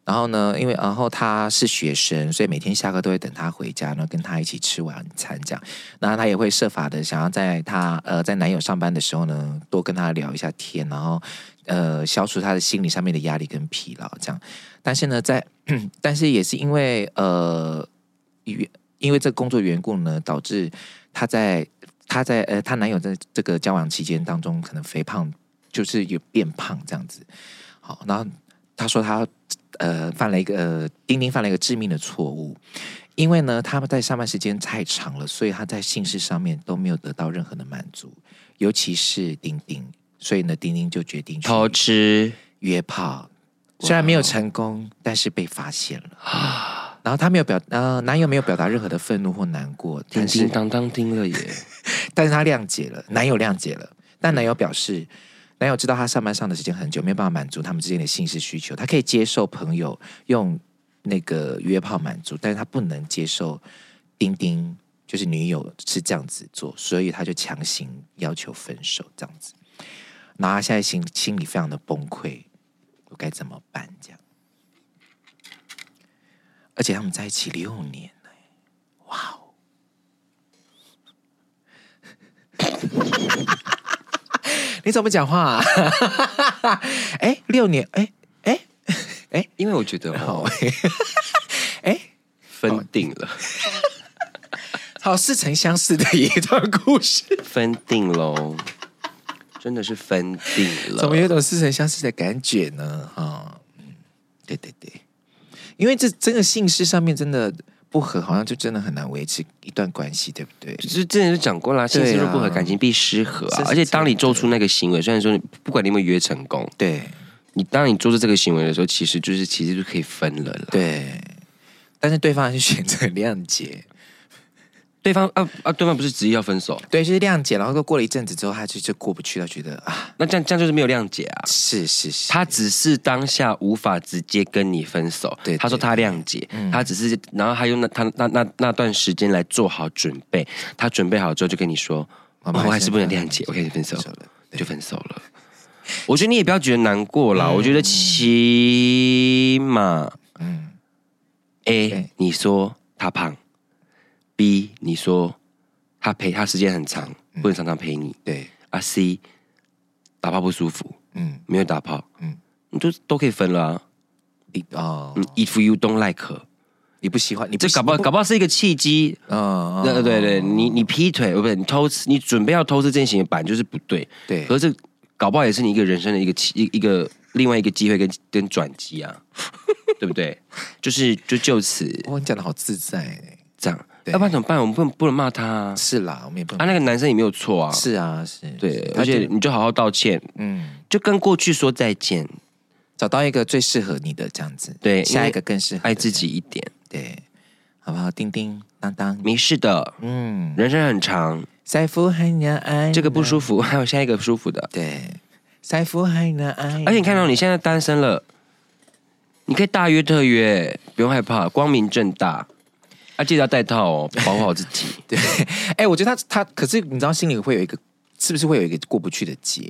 A: 然后呢，因为然后她是学生，所以每天下课都会等她回家，然后跟她一起吃晚餐这样。然后她也会设法的想要在她呃在男友上班的时候呢，多跟他聊一下天，然后呃消除她的心理上面的压力跟疲劳这样。但是呢，在 但是也是因为呃因因为这工作缘故呢，导致她在她在呃她男友在这个交往期间当中，可能肥胖就是有变胖这样子。好，然后她说她呃犯了一个呃丁丁犯了一个致命的错误，因为呢，他们在上班时间太长了，所以他在性事上面都没有得到任何的满足，尤其是丁丁，所以呢，丁丁就决定去
B: 偷吃，
A: 约炮，虽然没有成功，但是被发现了。然后他没有表呃，男友没有表达任何的愤怒或难过，
B: 叮
A: 但
B: 叮
A: 是
B: 当当叮了耶，
A: 但是他谅解了，男友谅解了，但男友表示，男友知道他上班上的时间很久，没有办法满足他们之间的性事需求，他可以接受朋友用那个约炮满足，但是他不能接受丁丁就是女友是这样子做，所以他就强行要求分手这样子，然后他现在心心里非常的崩溃，我该怎么办这样？而且他们在一起六年了耶，哇哦！你怎么讲话、啊？ 哎，六年，哎哎
B: 因为我觉得哦，
A: 哎，
B: 分定了，
A: 好似曾相识的一段故事，
B: 分定喽，真的是分定
A: 怎么
B: 了。
A: 有种似曾相识的感觉呢？哈、嗯，对对对，因为这真的姓氏上面真的不合，好像就真的很难维持一段关系，对不对？
B: 就是之前就讲过啦，性事若不合，
A: 对啊
B: 感情必失和
A: 这
B: 啊
A: 是。
B: 而且当你做出那个行为，虽然说你不管你有没有约成功，
A: 对
B: 你当你做出这个行为的时候，其实就是其实就可以分了啦。
A: 对，但是对方还是选择谅解，
B: 对方啊啊，对方不是执意要分手，
A: 对，就是谅解，然后过了一阵子之后，他就就过不去，他觉得啊，
B: 那这样这样就是没有谅解啊。
A: 是是是，
B: 他只是当下无法直接跟你分手，
A: 对
B: 他说他谅解，他只是，然后他用那他那那那段时间来做好准备，他准备好之后就跟你说，
A: 我
B: 哦我
A: 们还是
B: 还是不能谅解，我跟你分手
A: 分手了，
B: 就分手了。我觉得你也不要觉得难过啦，我觉得起码，
A: 嗯
B: 嗯
A: 对
B: ，A 你说他胖，B 你说他陪他时间很长，不能常常陪你，
A: 对，
B: 啊 C 打炮不舒服，
A: 嗯
B: 没有打炮，
A: 嗯
B: 嗯，你就都可以分了啊。
A: 你哦，
B: 嗯，if you don't like her，
A: 你不喜欢，你
B: 这搞不好搞不好是一个契机。
A: 嗯，
B: 对对
A: 对
B: 对，你你劈腿，哦不对，你偷吃，你准备要偷吃这件事情本来就是不对。
A: 对
B: 可是这搞不好也是你一个人生的一个契一一个另外一个机会跟跟转机 啊，对不对？就是就就此
A: 哇，你讲的好自在欸，
B: 这样，
A: 对
B: 要不然怎么办？我们不能不能骂他啊！
A: 是啦，我们也不
B: 啊，
A: 能，
B: 那个男生也没有错啊，
A: 是啊，是，
B: 对
A: 是，
B: 而
A: 他
B: 且
A: 就
B: 你就好好道歉，
A: 嗯，
B: 就跟过去说再见，
A: 找到一个最适合你的这样子，
B: 对因
A: 下
B: 为
A: 一个更适合的
B: 爱自，己一点，
A: 对，好不好？叮叮当当，
B: 没事的，
A: 嗯，
B: 人生很长，
A: 塞夫很难爱，
B: 这个不，舒服，还有下一个舒服的。
A: 对，塞夫很难爱，
B: 而且你看到、你现在单身了，你可以大约特约，不用害怕，光明正大。啊，记得要戴套哦，保护好自己。
A: 对，哎，我觉得他他，可是你知道心里会有一个，是不是会有一个过不去的结？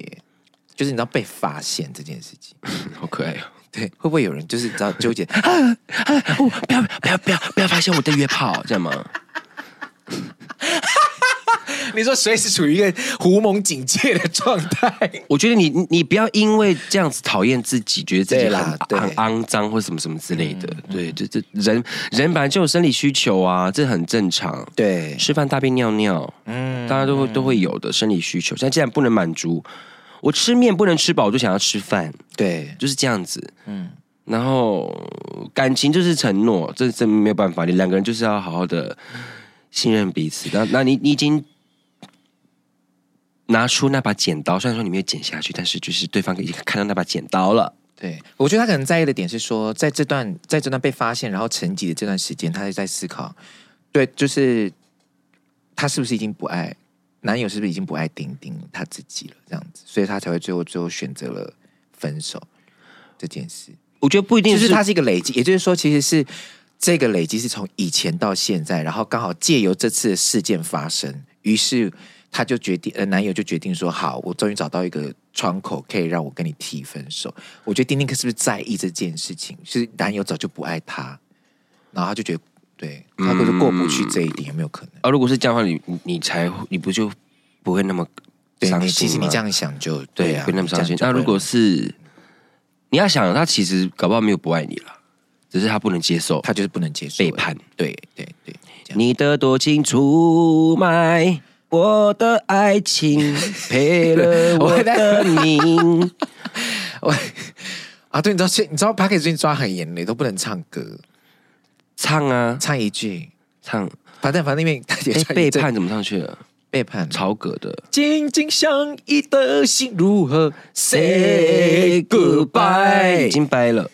A: 就是你知道被发现这件事 情，
B: 好可爱哦！
A: 对，会不会有人就是你知道纠结？
B: 哦，不要不要不要不要发现我在约炮，这样吗？
A: 你说随时处于一个狐獴警戒的状态，
B: 我觉得你你你不要因为这样子讨厌自己，觉得自己
A: 对
B: 很
A: 啦对
B: 很肮脏或什么什么之类的。对，这这人人本来就有生理需求啊，这很正常。
A: 对，
B: 吃饭、大便、尿尿，
A: 嗯，
B: 大家都会都会有的生理需求。但既然不能满足，我吃面不能吃饱，我就想要吃饭。
A: 对，
B: 就是这样子，嗯。然后感情就是承诺，这真没有办法，你两个人就是要好好的信任彼此。那那你你已经拿出那把剪刀，虽然说你没有剪下去，但是就是对方已经看到那把剪刀了。
A: 对，我觉得他可能在意的点是说，在这段在这段被发现然后沉寂的这段时间，他在思考，对，就是他是不是已经不爱男友，是不是已经不爱丁丁他自己了，这样子，所以他才会最后最后选择了分手这件事。
B: 我觉得不一定
A: 就是是它是一个累积，也就是说，其实是这个累积是从以前到现在，然后刚好借由这次的事件发生，于是他就决定，呃，男友就决定说，好，我终于找到一个窗口，可以让我跟你提分手。我觉得丁丁是不是在意这件事情？是男友早就不爱他，然后他就觉得，对他就是过不去这一点，有没有可能？
B: 啊，如果是这样的话，你你你才你不就不会那么
A: 对，
B: 伤
A: 你其
B: 心
A: 实你
B: 吗
A: 这样想就
B: 对
A: 对啊，
B: 不会那么伤心
A: 你。这
B: 那
A: 样就
B: 如
A: 不会
B: 果是你要想，他其实搞不好没有不爱你了，只是他不能接受
A: 他就是不能接受
B: 背，叛。
A: 对对对，这样
B: 你的多情出卖我的 爱情，赔了我的命。
A: 啊，对，你知道现你知道 p a c k e 最近抓很严嘞，都不能唱歌。
B: 唱 啊
A: 唱一句，
B: 唱，
A: 反正反正因为大姐
B: 哎，
A: 唱一
B: 背
A: 阵
B: 叛怎么上去的？
A: 背叛，
B: 曹格的，
A: 紧紧相依的心如何
B: Say
A: say
B: 已
A: goodbye？
B: 经 掰了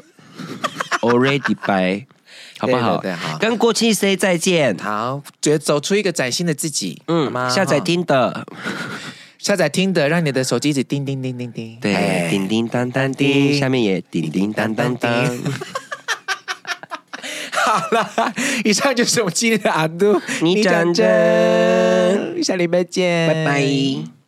B: ，already 掰，好不好？
A: 对对对好
B: 跟过去 say 再见。
A: 好，觉得走出一个崭新的自己，嗯，好吗？
B: 下载
A: 哈
B: 听的，
A: 下载听的，让你的手机一直叮叮叮叮叮。
B: 对，
A: 哎
B: 叮叮当当叮，
A: 叮
B: 下面也叮叮当当当。
A: 好了，以上就是我们今天的阿杜，
B: 你讲真
A: 你讲真，下礼拜见，
B: 拜拜。